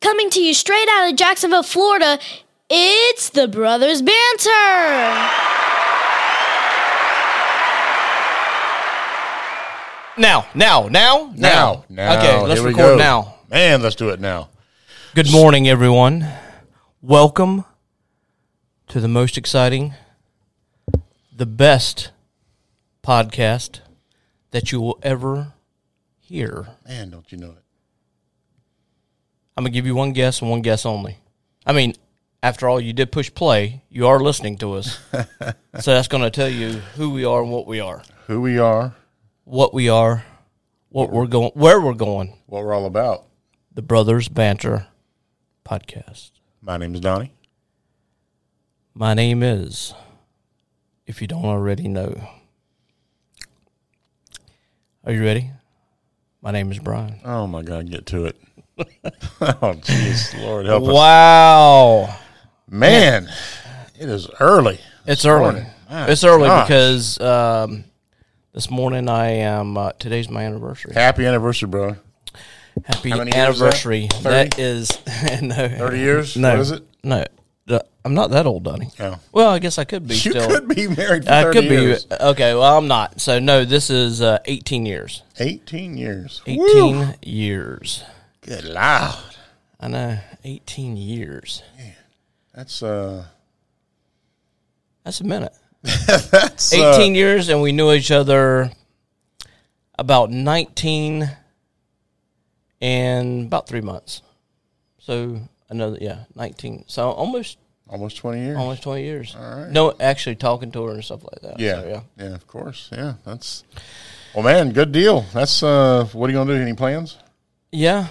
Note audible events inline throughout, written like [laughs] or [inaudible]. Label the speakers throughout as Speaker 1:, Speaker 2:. Speaker 1: Coming to you straight out of Jacksonville, Florida, it's the Brothers Banter.
Speaker 2: Now, now, now,
Speaker 3: Now, now.
Speaker 2: Okay, let's
Speaker 3: Here we
Speaker 2: record
Speaker 3: go.
Speaker 2: now.
Speaker 3: Man, let's do it now.
Speaker 2: Good morning, everyone. Welcome to the most exciting, the best podcast that you will ever hear.
Speaker 3: Man, don't you know it?
Speaker 2: I'm going to give you one guess and one guess only. I mean, after all, you did push play. You are listening to
Speaker 3: [laughs]
Speaker 2: us. so that's going to tell you who we are and what we are.
Speaker 3: Who we are,
Speaker 2: What we are, what we're going, where we're going.
Speaker 3: what we're all about.
Speaker 2: The Brothers Banter Podcast.
Speaker 3: My name's Donnie.
Speaker 2: My name is, if you don't already know. Are you ready? My name is Brian.
Speaker 3: Oh my God, get to it. [laughs] oh jeez, Lord help us.
Speaker 2: Wow.
Speaker 3: Man, it is early.
Speaker 2: It's early.
Speaker 3: morning. My
Speaker 2: It's early
Speaker 3: gosh.
Speaker 2: because um, this morning I am, uh, today's my anniversary.
Speaker 3: Happy anniversary, brother.
Speaker 2: Happy
Speaker 3: many years is that?
Speaker 2: anniversary. That is, [laughs] no.
Speaker 3: Thirty years.
Speaker 2: No.
Speaker 3: What is it?
Speaker 2: No. Uh, I'm not that old, Donnie.
Speaker 3: No.
Speaker 2: Well, I guess I could be
Speaker 3: You
Speaker 2: still.
Speaker 3: could be married for
Speaker 2: I
Speaker 3: thirty
Speaker 2: could
Speaker 3: years.
Speaker 2: be. Okay, well, I'm not. So, no, this is uh, 18 years.
Speaker 3: Eighteen years.
Speaker 2: 18
Speaker 3: Woo.
Speaker 2: years.
Speaker 3: Good loud.
Speaker 2: I know. 18 years.
Speaker 3: That's uh.
Speaker 2: That's a minute.
Speaker 3: [laughs] That's uh,
Speaker 2: 18 years, and we knew each other about 19 and about three months. So, another, yeah, 19. So, almost
Speaker 3: almost twenty years.
Speaker 2: almost 20 years. No, actually talking to her and stuff like that.
Speaker 3: Yeah.
Speaker 2: So,
Speaker 3: yeah.
Speaker 2: yeah.
Speaker 3: of course. Yeah. That's well man, good deal. That's uh what are you gonna do? Any plans?
Speaker 2: Yeah.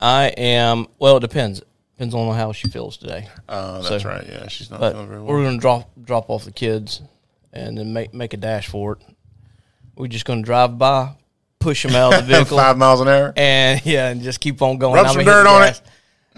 Speaker 2: I am, well, it depends. Depends on how she feels today.
Speaker 3: Uh that's right, yeah. She's not
Speaker 2: But
Speaker 3: feeling very well.
Speaker 2: we're gonna drop drop off the kids, and then make make a dash for it. We're just gonna drive by, push them out of the
Speaker 3: [laughs]
Speaker 2: vehicle,
Speaker 3: Five miles an hour.
Speaker 2: and yeah, and just keep on going.
Speaker 3: Rub
Speaker 2: I'ma
Speaker 3: some
Speaker 2: hit the
Speaker 3: dirt on
Speaker 2: gas.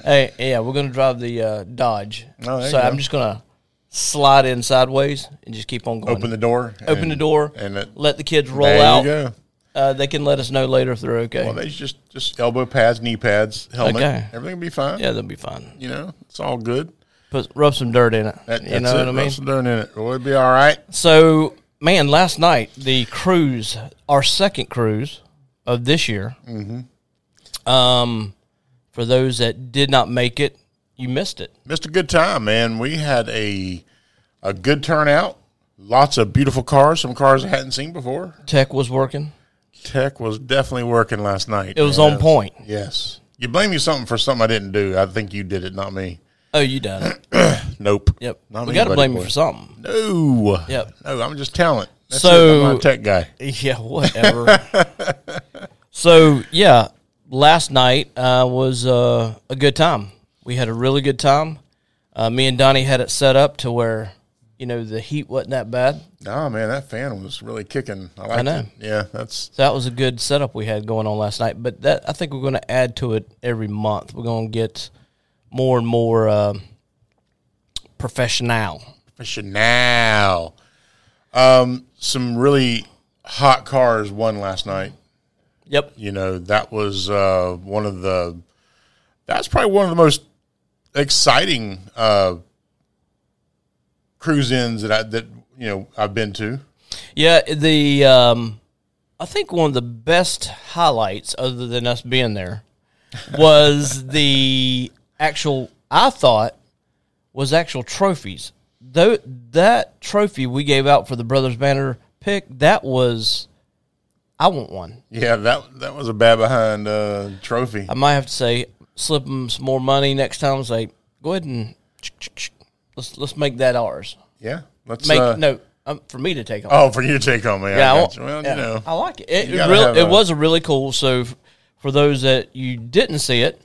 Speaker 2: Hey, yeah, we're gonna drive the uh, Dodge.
Speaker 3: Oh, there
Speaker 2: so
Speaker 3: you go.
Speaker 2: I'm just gonna slide in sideways and just keep on going.
Speaker 3: Open the door.
Speaker 2: Open
Speaker 3: and-
Speaker 2: the door,
Speaker 3: And it,
Speaker 2: let the kids roll
Speaker 3: there
Speaker 2: out.
Speaker 3: you go.
Speaker 2: Uh, they can let us know later if they're okay.
Speaker 3: Well, they just just elbow pads, knee pads, helmet.
Speaker 2: Okay.
Speaker 3: Everything will be fine.
Speaker 2: yeah, they'll be fine.
Speaker 3: You know, it's all good.
Speaker 2: Put rub some dirt in it.
Speaker 3: That,
Speaker 2: you
Speaker 3: that's
Speaker 2: know
Speaker 3: it.
Speaker 2: what I mean?
Speaker 3: Rub some dirt in it. It'll be all right.
Speaker 2: So, man, last night the cruise, our second cruise of this year. Mm-hmm. Um, for those that did not make it, you missed it.
Speaker 3: Missed a good time, man. We had a a good turnout. Lots of beautiful cars. Some cars I hadn't seen before.
Speaker 2: Tech was working;
Speaker 3: Tech was definitely working last night.
Speaker 2: it was
Speaker 3: man.
Speaker 2: on point.
Speaker 3: Yes. You blame me something for something I didn't do. I think you did it, not me.
Speaker 2: Oh, you done [clears throat] it?
Speaker 3: Nope.
Speaker 2: Yep.
Speaker 3: Not
Speaker 2: we
Speaker 3: me,
Speaker 2: got to
Speaker 3: buddy
Speaker 2: blame you
Speaker 3: boy.
Speaker 2: for something.
Speaker 3: No.
Speaker 2: Yep.
Speaker 3: No, I'm just talent. That's
Speaker 2: So-
Speaker 3: it. I'm not a tech guy.
Speaker 2: [laughs] Yeah, whatever. [laughs] so, yeah, last night uh, was uh, a good time. We had a really good time. Uh, me and Donnie had it set up to where, you know, the heat wasn't that bad.
Speaker 3: Oh man, that fan was really kicking. I like
Speaker 2: know.
Speaker 3: it. Yeah, that's
Speaker 2: So that was a good setup we had going on last night. But that I think we're going to add to it every month. We're going to get more and more uh, professional.
Speaker 3: professional. Um, some really hot cars won last night.
Speaker 2: Yep.
Speaker 3: You know, that was uh, one of the that's probably one of the most exciting uh, cruise ins that I that you know I've been to.
Speaker 2: Yeah. The um, I think one of the best highlights, other than us being there, was [laughs] the actual. I thought was actual trophies. Though that trophy we gave out for the brothers banner pick, that was. I want one.
Speaker 3: Yeah, that that was a bad behind uh, trophy.
Speaker 2: I might have to say slip them some more money next time. Say go ahead and let's let's make that ours.
Speaker 3: Yeah, let's
Speaker 2: Make
Speaker 3: uh,
Speaker 2: no um, for me to take on.
Speaker 3: Oh, for you to take home, man.
Speaker 2: Yeah, I
Speaker 3: I
Speaker 2: wa-
Speaker 3: got you. Well,
Speaker 2: yeah,
Speaker 3: you know,
Speaker 2: I like it. It,
Speaker 3: you
Speaker 2: it,
Speaker 3: gotta
Speaker 2: real,
Speaker 3: have
Speaker 2: it
Speaker 3: a-
Speaker 2: was a really cool. So f- for those that you didn't see it,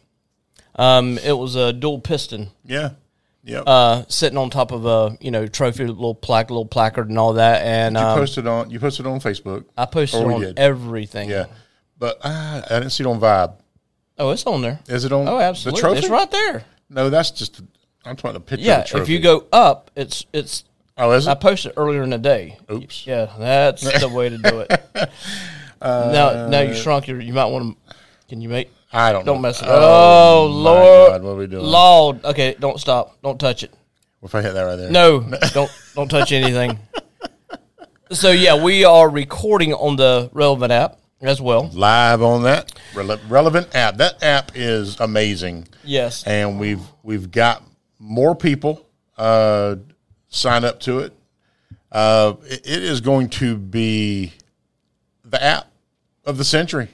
Speaker 2: um, it was a dual piston
Speaker 3: yeah, yep.
Speaker 2: uh, sitting on top of a you know trophy little plaque, little placard, and all that. And
Speaker 3: You
Speaker 2: um,
Speaker 3: posted on you posted on Facebook.
Speaker 2: I posted
Speaker 3: or we
Speaker 2: on
Speaker 3: did.
Speaker 2: everything.
Speaker 3: yeah, but uh, I didn't see it on Vibe.
Speaker 2: Oh, it's on there.
Speaker 3: Is it on?
Speaker 2: Oh, absolutely.
Speaker 3: The trophy?
Speaker 2: It's right there.
Speaker 3: No, that's just. I'm trying to picture.
Speaker 2: Yeah.
Speaker 3: the
Speaker 2: If
Speaker 3: trophy.
Speaker 2: you go up, it's it's
Speaker 3: oh, is
Speaker 2: I
Speaker 3: it?
Speaker 2: posted earlier in the day.
Speaker 3: Oops.
Speaker 2: Yeah,
Speaker 3: [laughs] Uh,
Speaker 2: that's the way to do it. now, now you shrunk your. You might want to. Can you make?
Speaker 3: I don't
Speaker 2: Don't
Speaker 3: know.
Speaker 2: mess it up. Oh, Lord.
Speaker 3: God, what are we doing?
Speaker 2: Lord. Okay, don't stop. Don't touch it.
Speaker 3: If I hit that right there,
Speaker 2: No, don't don't touch
Speaker 3: [laughs]
Speaker 2: anything. so yeah, we are recording on the relevant app as well.
Speaker 3: live on that Rele- relevant app. That app is amazing,
Speaker 2: Yes.
Speaker 3: and we've we've got more people uh, sign up to it. Uh, it. It is going to be the app of the century.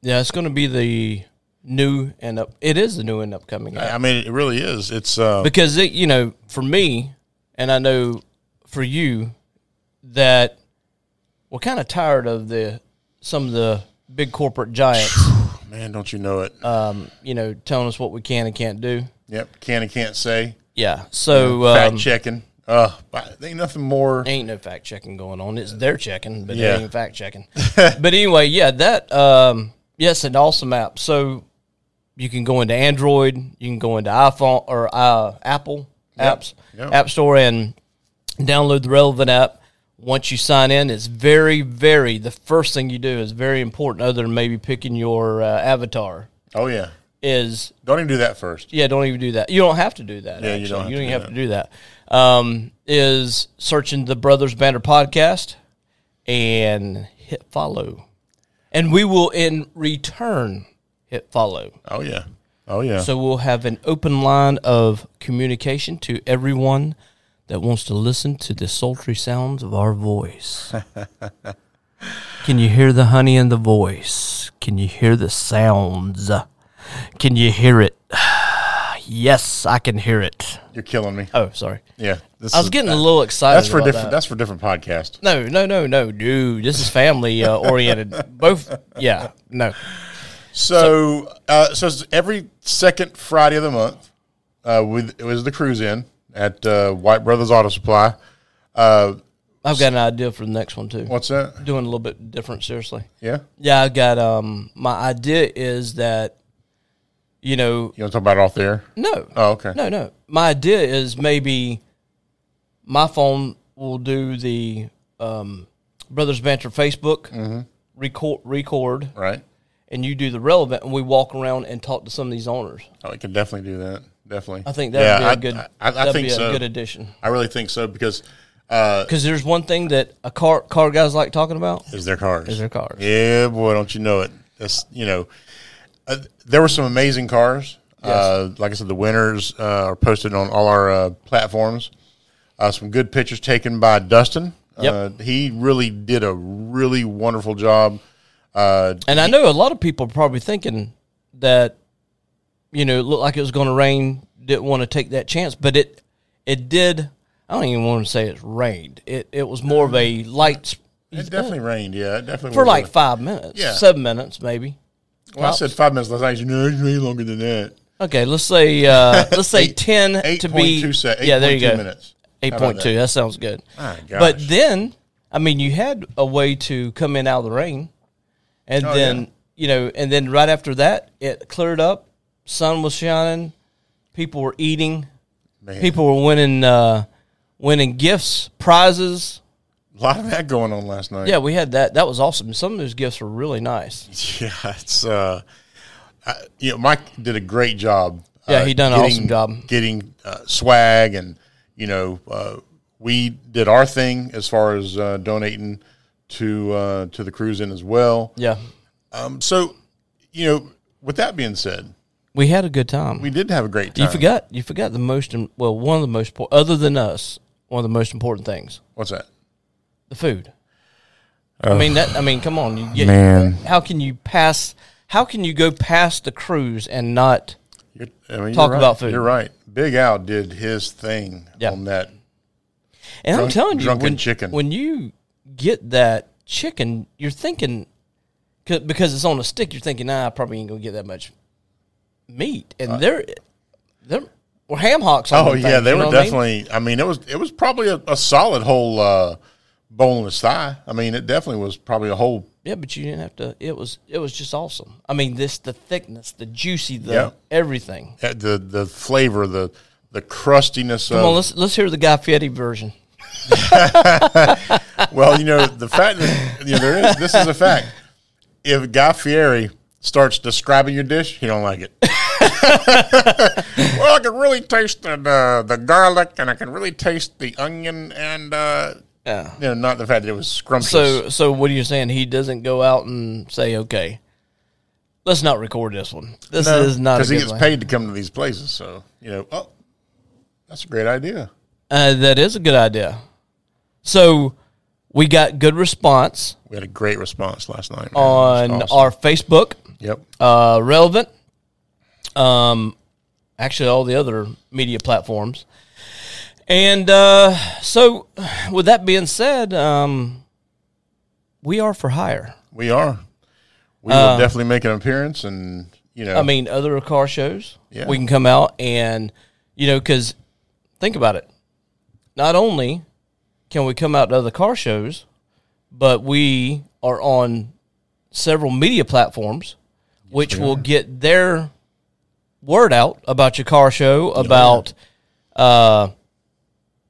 Speaker 2: Yeah, it's going to be the new and up. It is the new and upcoming app
Speaker 3: I mean, it really is. It's uh,
Speaker 2: because it, you know, for me, and I know for you, that we're kind of tired of the some of the big corporate giants,
Speaker 3: man, don't you know it?
Speaker 2: Uh, you know, telling us what we can and can't do.
Speaker 3: yep, can and can't say
Speaker 2: Yeah. So
Speaker 3: fact
Speaker 2: um,
Speaker 3: checking. Uh, but ain't nothing more.
Speaker 2: ain't no fact checking going on. It's their checking, but
Speaker 3: Yeah.
Speaker 2: it ain't fact
Speaker 3: [laughs]
Speaker 2: checking. but anyway, yeah, that um yes, an awesome app. So you can go into Android, you can go into iPhone or uh, Apple apps,
Speaker 3: Yep.
Speaker 2: App Store, and download the relevant app. Once you sign in, it's very, very the first thing you do is very important. Other than maybe picking your uh, avatar,
Speaker 3: Oh yeah,
Speaker 2: is
Speaker 3: don't even do that first.
Speaker 2: yeah, don't even do that. You don't have to do that.
Speaker 3: Yeah,
Speaker 2: actually.
Speaker 3: you
Speaker 2: you don't. You don't
Speaker 3: don't have to do
Speaker 2: even have to do that. Um, is searching the Brothers Banner podcast and hit follow, and we will in return hit follow.
Speaker 3: Oh yeah, oh yeah.
Speaker 2: So we'll have an open line of communication to everyone that wants to listen to the sultry sounds of our voice. [laughs] Can you hear the honey in the voice? Can you hear the sounds? Can you hear it? [sighs] yes, I can hear it.
Speaker 3: You're killing me.
Speaker 2: Oh, sorry.
Speaker 3: Yeah, this
Speaker 2: I was
Speaker 3: is-
Speaker 2: getting a little excited.
Speaker 3: That's for
Speaker 2: about
Speaker 3: different.
Speaker 2: that.
Speaker 3: That's for different podcast.
Speaker 2: No, no, no, no, dude. This is family
Speaker 3: [laughs]
Speaker 2: uh, oriented. Both, yeah, no.
Speaker 3: So, uh, so it's every second Friday of the month, uh, with it was the cruise in at uh, White Brothers Auto Supply. Uh,
Speaker 2: I've got an idea for the next one too.
Speaker 3: what's that?
Speaker 2: Doing a little bit different, seriously.
Speaker 3: Yeah,
Speaker 2: Yeah, I got um my idea is that you know
Speaker 3: you want to talk about it off the air?
Speaker 2: no.
Speaker 3: Oh, okay.
Speaker 2: No, no. My idea is maybe my phone will do the um Brothers Banter Facebook
Speaker 3: Mm-hmm.
Speaker 2: record record
Speaker 3: Right.
Speaker 2: and you do the relevant and we walk around and talk to some of these owners.
Speaker 3: Oh, we can definitely do that. Definitely.
Speaker 2: I think that would
Speaker 3: Yeah,
Speaker 2: be a good
Speaker 3: I, I, I
Speaker 2: that'd
Speaker 3: think
Speaker 2: be a
Speaker 3: so.
Speaker 2: good addition.
Speaker 3: I really think so because uh,
Speaker 2: Cuz there's one thing that a car car guys like talking about
Speaker 3: is their cars.
Speaker 2: is their cars.
Speaker 3: Yeah, boy, don't you know it? That's you know, uh, there were some amazing cars. Uh, like I said, the winners uh, are posted on all our uh, platforms. Uh, some good pictures taken by Dustin.
Speaker 2: Yep.
Speaker 3: Uh, he really did a really wonderful job. Uh,
Speaker 2: And I know a lot of people are probably thinking that, you know, it looked like it was going to rain. Didn't want to take that chance, but it it did. I don't even want to say it's rained. It it was more of a light sp-
Speaker 3: it definitely rained. Yeah, it definitely
Speaker 2: for
Speaker 3: was
Speaker 2: like
Speaker 3: a-
Speaker 2: five minutes,
Speaker 3: Yeah.
Speaker 2: seven minutes maybe.
Speaker 3: Well, I said five minutes last night. You know, it's way longer than that.
Speaker 2: Okay, let's say uh, let's say ten
Speaker 3: Eight
Speaker 2: to
Speaker 3: point
Speaker 2: be
Speaker 3: two se-
Speaker 2: yeah. There you
Speaker 3: 8.2
Speaker 2: go.
Speaker 3: Minutes.
Speaker 2: Eight point two. That sounds good.
Speaker 3: My
Speaker 2: But
Speaker 3: gosh.
Speaker 2: then, I mean, you had a way to come in out of the rain, and
Speaker 3: Oh,
Speaker 2: then
Speaker 3: yeah.
Speaker 2: you know, and then right after that, it cleared up. Sun was shining. People were eating.
Speaker 3: Man,
Speaker 2: People were winning, uh, winning gifts, prizes.
Speaker 3: a lot of that going on last night.
Speaker 2: Yeah, we had that. That was awesome. Some of those gifts were really nice.
Speaker 3: [laughs] Yeah, it's uh, I, you know, Mike did a great job.
Speaker 2: Yeah,
Speaker 3: uh,
Speaker 2: he done an
Speaker 3: getting-
Speaker 2: awesome job.
Speaker 3: getting uh, swag, and you know, uh, we did our thing as far as uh, donating to uh, to the cruise in as well.
Speaker 2: Yeah,
Speaker 3: Um, so, you know, with that being said,
Speaker 2: we had a good time.
Speaker 3: we did have a great time.
Speaker 2: you forgot. You forgot the most. im- Well, one of the most important, other than us, one of the most important things:
Speaker 3: what's that?
Speaker 2: the food. I mean that. I mean, come on, you get,
Speaker 3: Man.
Speaker 2: How can you pass? How can you go past the cruise and not?
Speaker 3: You're, I mean,
Speaker 2: Talk
Speaker 3: you're right.
Speaker 2: about food.
Speaker 3: You're right. Big Al did his thing
Speaker 2: Yeah.
Speaker 3: on that.
Speaker 2: And I'm
Speaker 3: Drunk-
Speaker 2: telling you,
Speaker 3: drunken
Speaker 2: when,
Speaker 3: chicken.
Speaker 2: when you get that chicken, you're thinking 'cause- because it's on a stick. You're thinking, nah, I probably ain't gonna get that much meat. And there, there were ham hocks. On
Speaker 3: Uh, Oh
Speaker 2: them
Speaker 3: yeah,
Speaker 2: things,
Speaker 3: they
Speaker 2: you know
Speaker 3: were
Speaker 2: what I mean?
Speaker 3: definitely. I mean? it was it was probably a, a solid whole uh, boneless thigh. I mean, it definitely was probably a whole.
Speaker 2: Yeah, but you didn't have to. It was it was just awesome. I mean, this the thickness, the juicy, the
Speaker 3: Yeah.
Speaker 2: everything.
Speaker 3: uh, The the flavor, the the crustiness
Speaker 2: Come on,
Speaker 3: of
Speaker 2: let's let's hear the Guy Fieri version.
Speaker 3: well, you know the fact that you know there is this is a fact. If Guy Fieri starts describing your dish, he don't like it. [laughs] well, I can really taste the, the the garlic, and I can really taste the onion, and uh,
Speaker 2: Yeah.
Speaker 3: you know, not the fact that it was scrumptious.
Speaker 2: So, so what are you saying? He doesn't go out and say, "Okay, let's not record this one. This is not a
Speaker 3: because he
Speaker 2: good
Speaker 3: gets
Speaker 2: one."
Speaker 3: paid to come to these places. So you know, oh, that's a great idea.
Speaker 2: Uh, that is a good idea. So, we got good response
Speaker 3: We had a great response last night man. It was
Speaker 2: on
Speaker 3: awesome.
Speaker 2: our Facebook.
Speaker 3: yep.
Speaker 2: uh, relevant. Um, actually, all the other media platforms. And uh, so, with that being said, um, we are for hire.
Speaker 3: We are. We will definitely make an appearance, and you know,
Speaker 2: Uh,
Speaker 3: [laughs]
Speaker 2: I mean, other car shows,
Speaker 3: Yeah.
Speaker 2: we can come out and, you know, because think about it. Not only can we come out to other car shows, but we are on several media platforms, which will get their word out about your car show,
Speaker 3: Oh,
Speaker 2: about uh,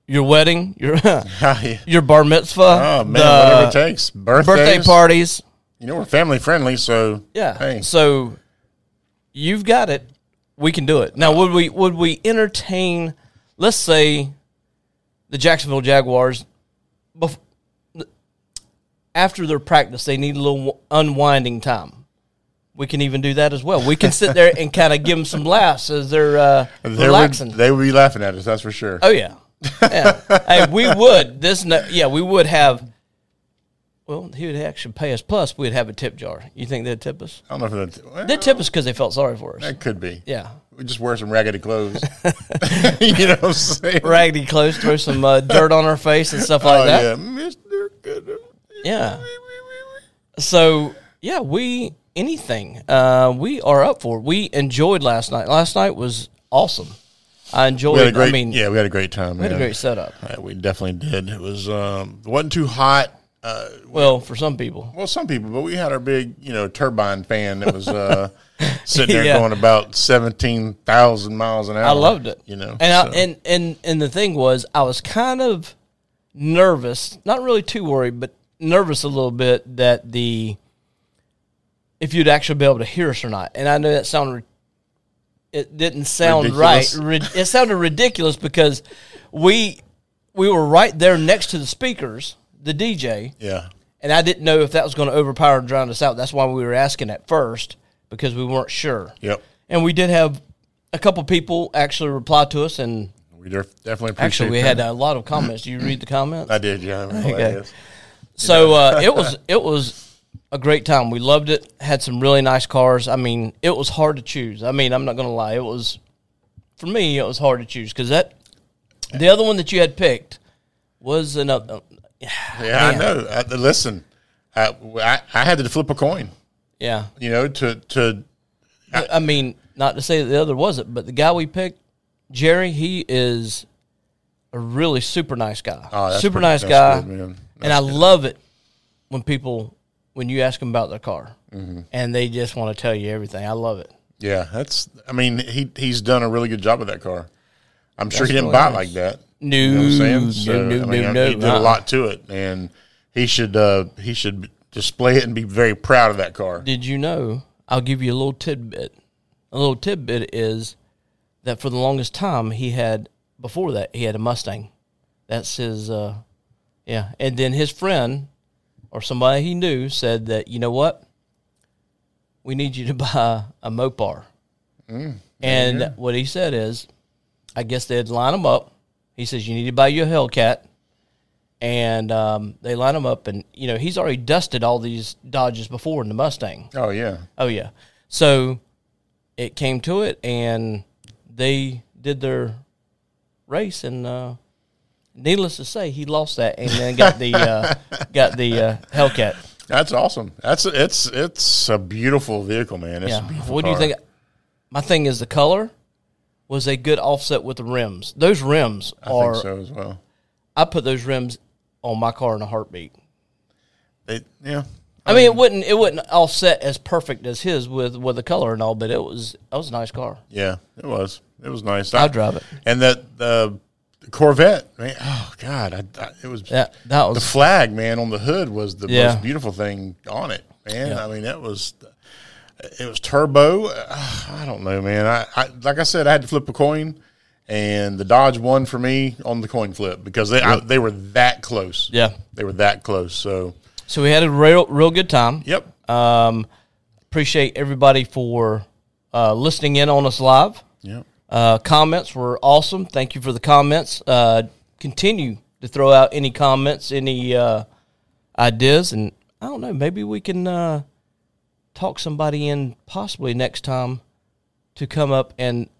Speaker 2: your wedding, your [laughs]
Speaker 3: yeah.
Speaker 2: your bar mitzvah,
Speaker 3: oh man, whatever
Speaker 2: the
Speaker 3: it takes. Birthdays,
Speaker 2: birthday parties.
Speaker 3: You know, we're family friendly, so
Speaker 2: Yeah.
Speaker 3: Hey,
Speaker 2: So you've got it. We can do it. Now, would we would we entertain? Let's say the Jacksonville Jaguars, bef- after their practice, they need a little unwinding time. We can even do that as well. We can sit there and kind of give them some laughs as they're uh,
Speaker 3: they would,
Speaker 2: relaxing.
Speaker 3: they would be laughing at us. That's for sure.
Speaker 2: Oh yeah, yeah. hey, we would this. No, yeah, we would have. Well, he would actually pay us. Plus, we'd have a tip jar. You think they'd tip us?
Speaker 3: I don't know if that well,
Speaker 2: They tip us because they felt sorry for us.
Speaker 3: that could be.
Speaker 2: Yeah.
Speaker 3: We just wear some
Speaker 2: [laughs]
Speaker 3: raggedy clothes. [laughs] you know what I'm saying?
Speaker 2: Raggedy clothes, throw some uh, dirt on our face and stuff like
Speaker 3: Oh,
Speaker 2: that.
Speaker 3: yeah, Mr. Good.
Speaker 2: Yeah. So, yeah, we, anything, uh, we are up for it. We enjoyed last night. Last night was awesome. I enjoyed
Speaker 3: We had a great,
Speaker 2: I mean,
Speaker 3: yeah, we had a great time.
Speaker 2: we had a
Speaker 3: man.
Speaker 2: great setup.
Speaker 3: Uh, we definitely did. It was um, it wasn't too hot. Uh,
Speaker 2: Well, for some people.
Speaker 3: well, some people, but we had our big, you know, turbine fan that
Speaker 2: [laughs]
Speaker 3: was uh, sitting there
Speaker 2: Yeah.
Speaker 3: going about seventeen thousand miles an hour.
Speaker 2: I loved it.
Speaker 3: You know,
Speaker 2: and,
Speaker 3: so-
Speaker 2: I, and, and, and the thing was, I was kind of nervous, not really too worried, but nervous a little bit that the, if you'd actually be able to hear us or not. And I know that sounded re- it didn't sound
Speaker 3: Ridiculous.
Speaker 2: right. Rid- It sounded ridiculous because we we were right there next to the speakers, the DJ,
Speaker 3: yeah,
Speaker 2: and I didn't know if that was going to overpower and drown us out. That's why we were asking at first because we weren't sure.
Speaker 3: yep,
Speaker 2: And we did have a couple people actually reply to us, and
Speaker 3: we def- definitely appreciate.
Speaker 2: actually we
Speaker 3: that.
Speaker 2: had a lot of comments. Do you read the comments?
Speaker 3: I did, yeah. I mean,
Speaker 2: Okay.
Speaker 3: yes.
Speaker 2: So uh, it was it was a great time. We loved it. Had some really nice cars. I mean, it was hard to choose. I mean, I'm not gonna lie. It was for me. It was hard to choose because that the other one that you had picked was another.
Speaker 3: Yeah, I know. I, listen, I, I I had to flip a coin,
Speaker 2: Yeah,
Speaker 3: you know, to to
Speaker 2: But, I mean, not to say that the other wasn't, but the guy we picked, Jerry, he is a really super nice guy.
Speaker 3: Oh, that's
Speaker 2: super
Speaker 3: pretty-
Speaker 2: nice
Speaker 3: that's
Speaker 2: guy.
Speaker 3: good, man.
Speaker 2: and I love it when people when you ask them about their car
Speaker 3: Mm-hmm.
Speaker 2: and they just want to tell you everything. I love it.
Speaker 3: yeah. That's I mean he he's done a really good job with that car. I'm sure he
Speaker 2: That's
Speaker 3: didn't buy it
Speaker 2: really
Speaker 3: like that.
Speaker 2: No,
Speaker 3: You know what I'm
Speaker 2: no,
Speaker 3: saying? So,
Speaker 2: no,
Speaker 3: I mean,
Speaker 2: no,
Speaker 3: I-
Speaker 2: no,
Speaker 3: he did a
Speaker 2: uh-uh.
Speaker 3: lot to it, and he should uh, he should display it and be very proud of that car.
Speaker 2: Did you know? I'll give you a little tidbit. A little tidbit is that for the longest time he had before that he had a Mustang. That's his uh yeah. And then his friend or somebody he knew said that, you know what? We need you to [laughs] buy a Mopar. and what he said is, I guess they'd line them up. He says, You need to buy you a Hellcat. And um, they line them up, and you know he's already dusted all these Dodges before in the Mustang.
Speaker 3: Oh yeah,
Speaker 2: Oh yeah. So it came to it, and they did their race, and uh, needless to say, he lost that, and then got the
Speaker 3: [laughs]
Speaker 2: uh, got the uh, Hellcat.
Speaker 3: that's awesome. That's it's it's a beautiful vehicle, man. It's a
Speaker 2: Yeah.
Speaker 3: beautiful
Speaker 2: What do you
Speaker 3: car.
Speaker 2: think? My thing is the color was a good offset with the rims. Those rims
Speaker 3: I
Speaker 2: are.
Speaker 3: think so as well.
Speaker 2: I put those rims on my car in a heartbeat.
Speaker 3: They, yeah,
Speaker 2: I mean, it wouldn't it wouldn't offset as perfect as his with with the color and all, but it was that was a nice car.
Speaker 3: yeah, it was it was nice.
Speaker 2: I'd drive it.
Speaker 3: And that the Corvette, man, oh god, I, I, it was
Speaker 2: That that was
Speaker 3: the flag, man, on the hood was the
Speaker 2: Yeah.
Speaker 3: most beautiful thing on it, man. I mean, that was. It was turbo. Uh, I don't know, man. I, I like I said, I had to flip a coin, and the Dodge won for me on the coin flip because they I, they were that close.
Speaker 2: Yeah.
Speaker 3: they were that close. So
Speaker 2: So we had a real, real good time.
Speaker 3: yep,
Speaker 2: Um, appreciate everybody for uh, listening in on us live.
Speaker 3: yep.
Speaker 2: Uh, comments were awesome. Thank you for the comments. Uh, continue to throw out any comments, any uh, ideas, and I don't know. Maybe we can uh, talk somebody in possibly next time to come up and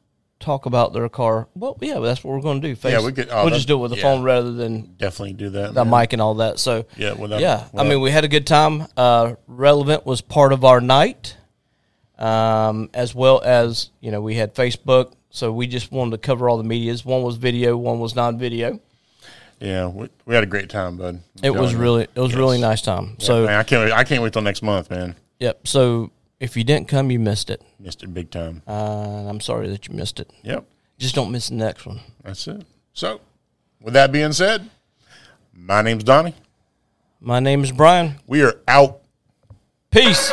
Speaker 2: talk about their car. Well, yeah, that's what we're going to do. Face.
Speaker 3: Yeah, we could- oh,
Speaker 2: we'll
Speaker 3: that-
Speaker 2: just do it with the
Speaker 3: yeah.
Speaker 2: phone rather than
Speaker 3: Definitely do that.
Speaker 2: the
Speaker 3: man.
Speaker 2: mic and all that. So
Speaker 3: Yeah, without-
Speaker 2: yeah. I
Speaker 3: without-
Speaker 2: mean, we had a good time. Uh, Relevant was part of our night, um, as well as you know we had Facebook. So we just wanted to cover all the medias. One was video, one was non-video.
Speaker 3: Yeah, we, we had a great time, bud.
Speaker 2: It was
Speaker 3: Telling you.
Speaker 2: really, it was really nice time. so
Speaker 3: Man, I can't wait, I can't wait till next month, man.
Speaker 2: yep. So if you didn't come, you missed it.
Speaker 3: Missed it big time.
Speaker 2: Uh, and I'm sorry that you missed it.
Speaker 3: yep,
Speaker 2: Just don't miss the next one.
Speaker 3: that's it. So, with that being said, my name's Donnie.
Speaker 2: My name is Brian.
Speaker 3: We are out.
Speaker 2: Peace.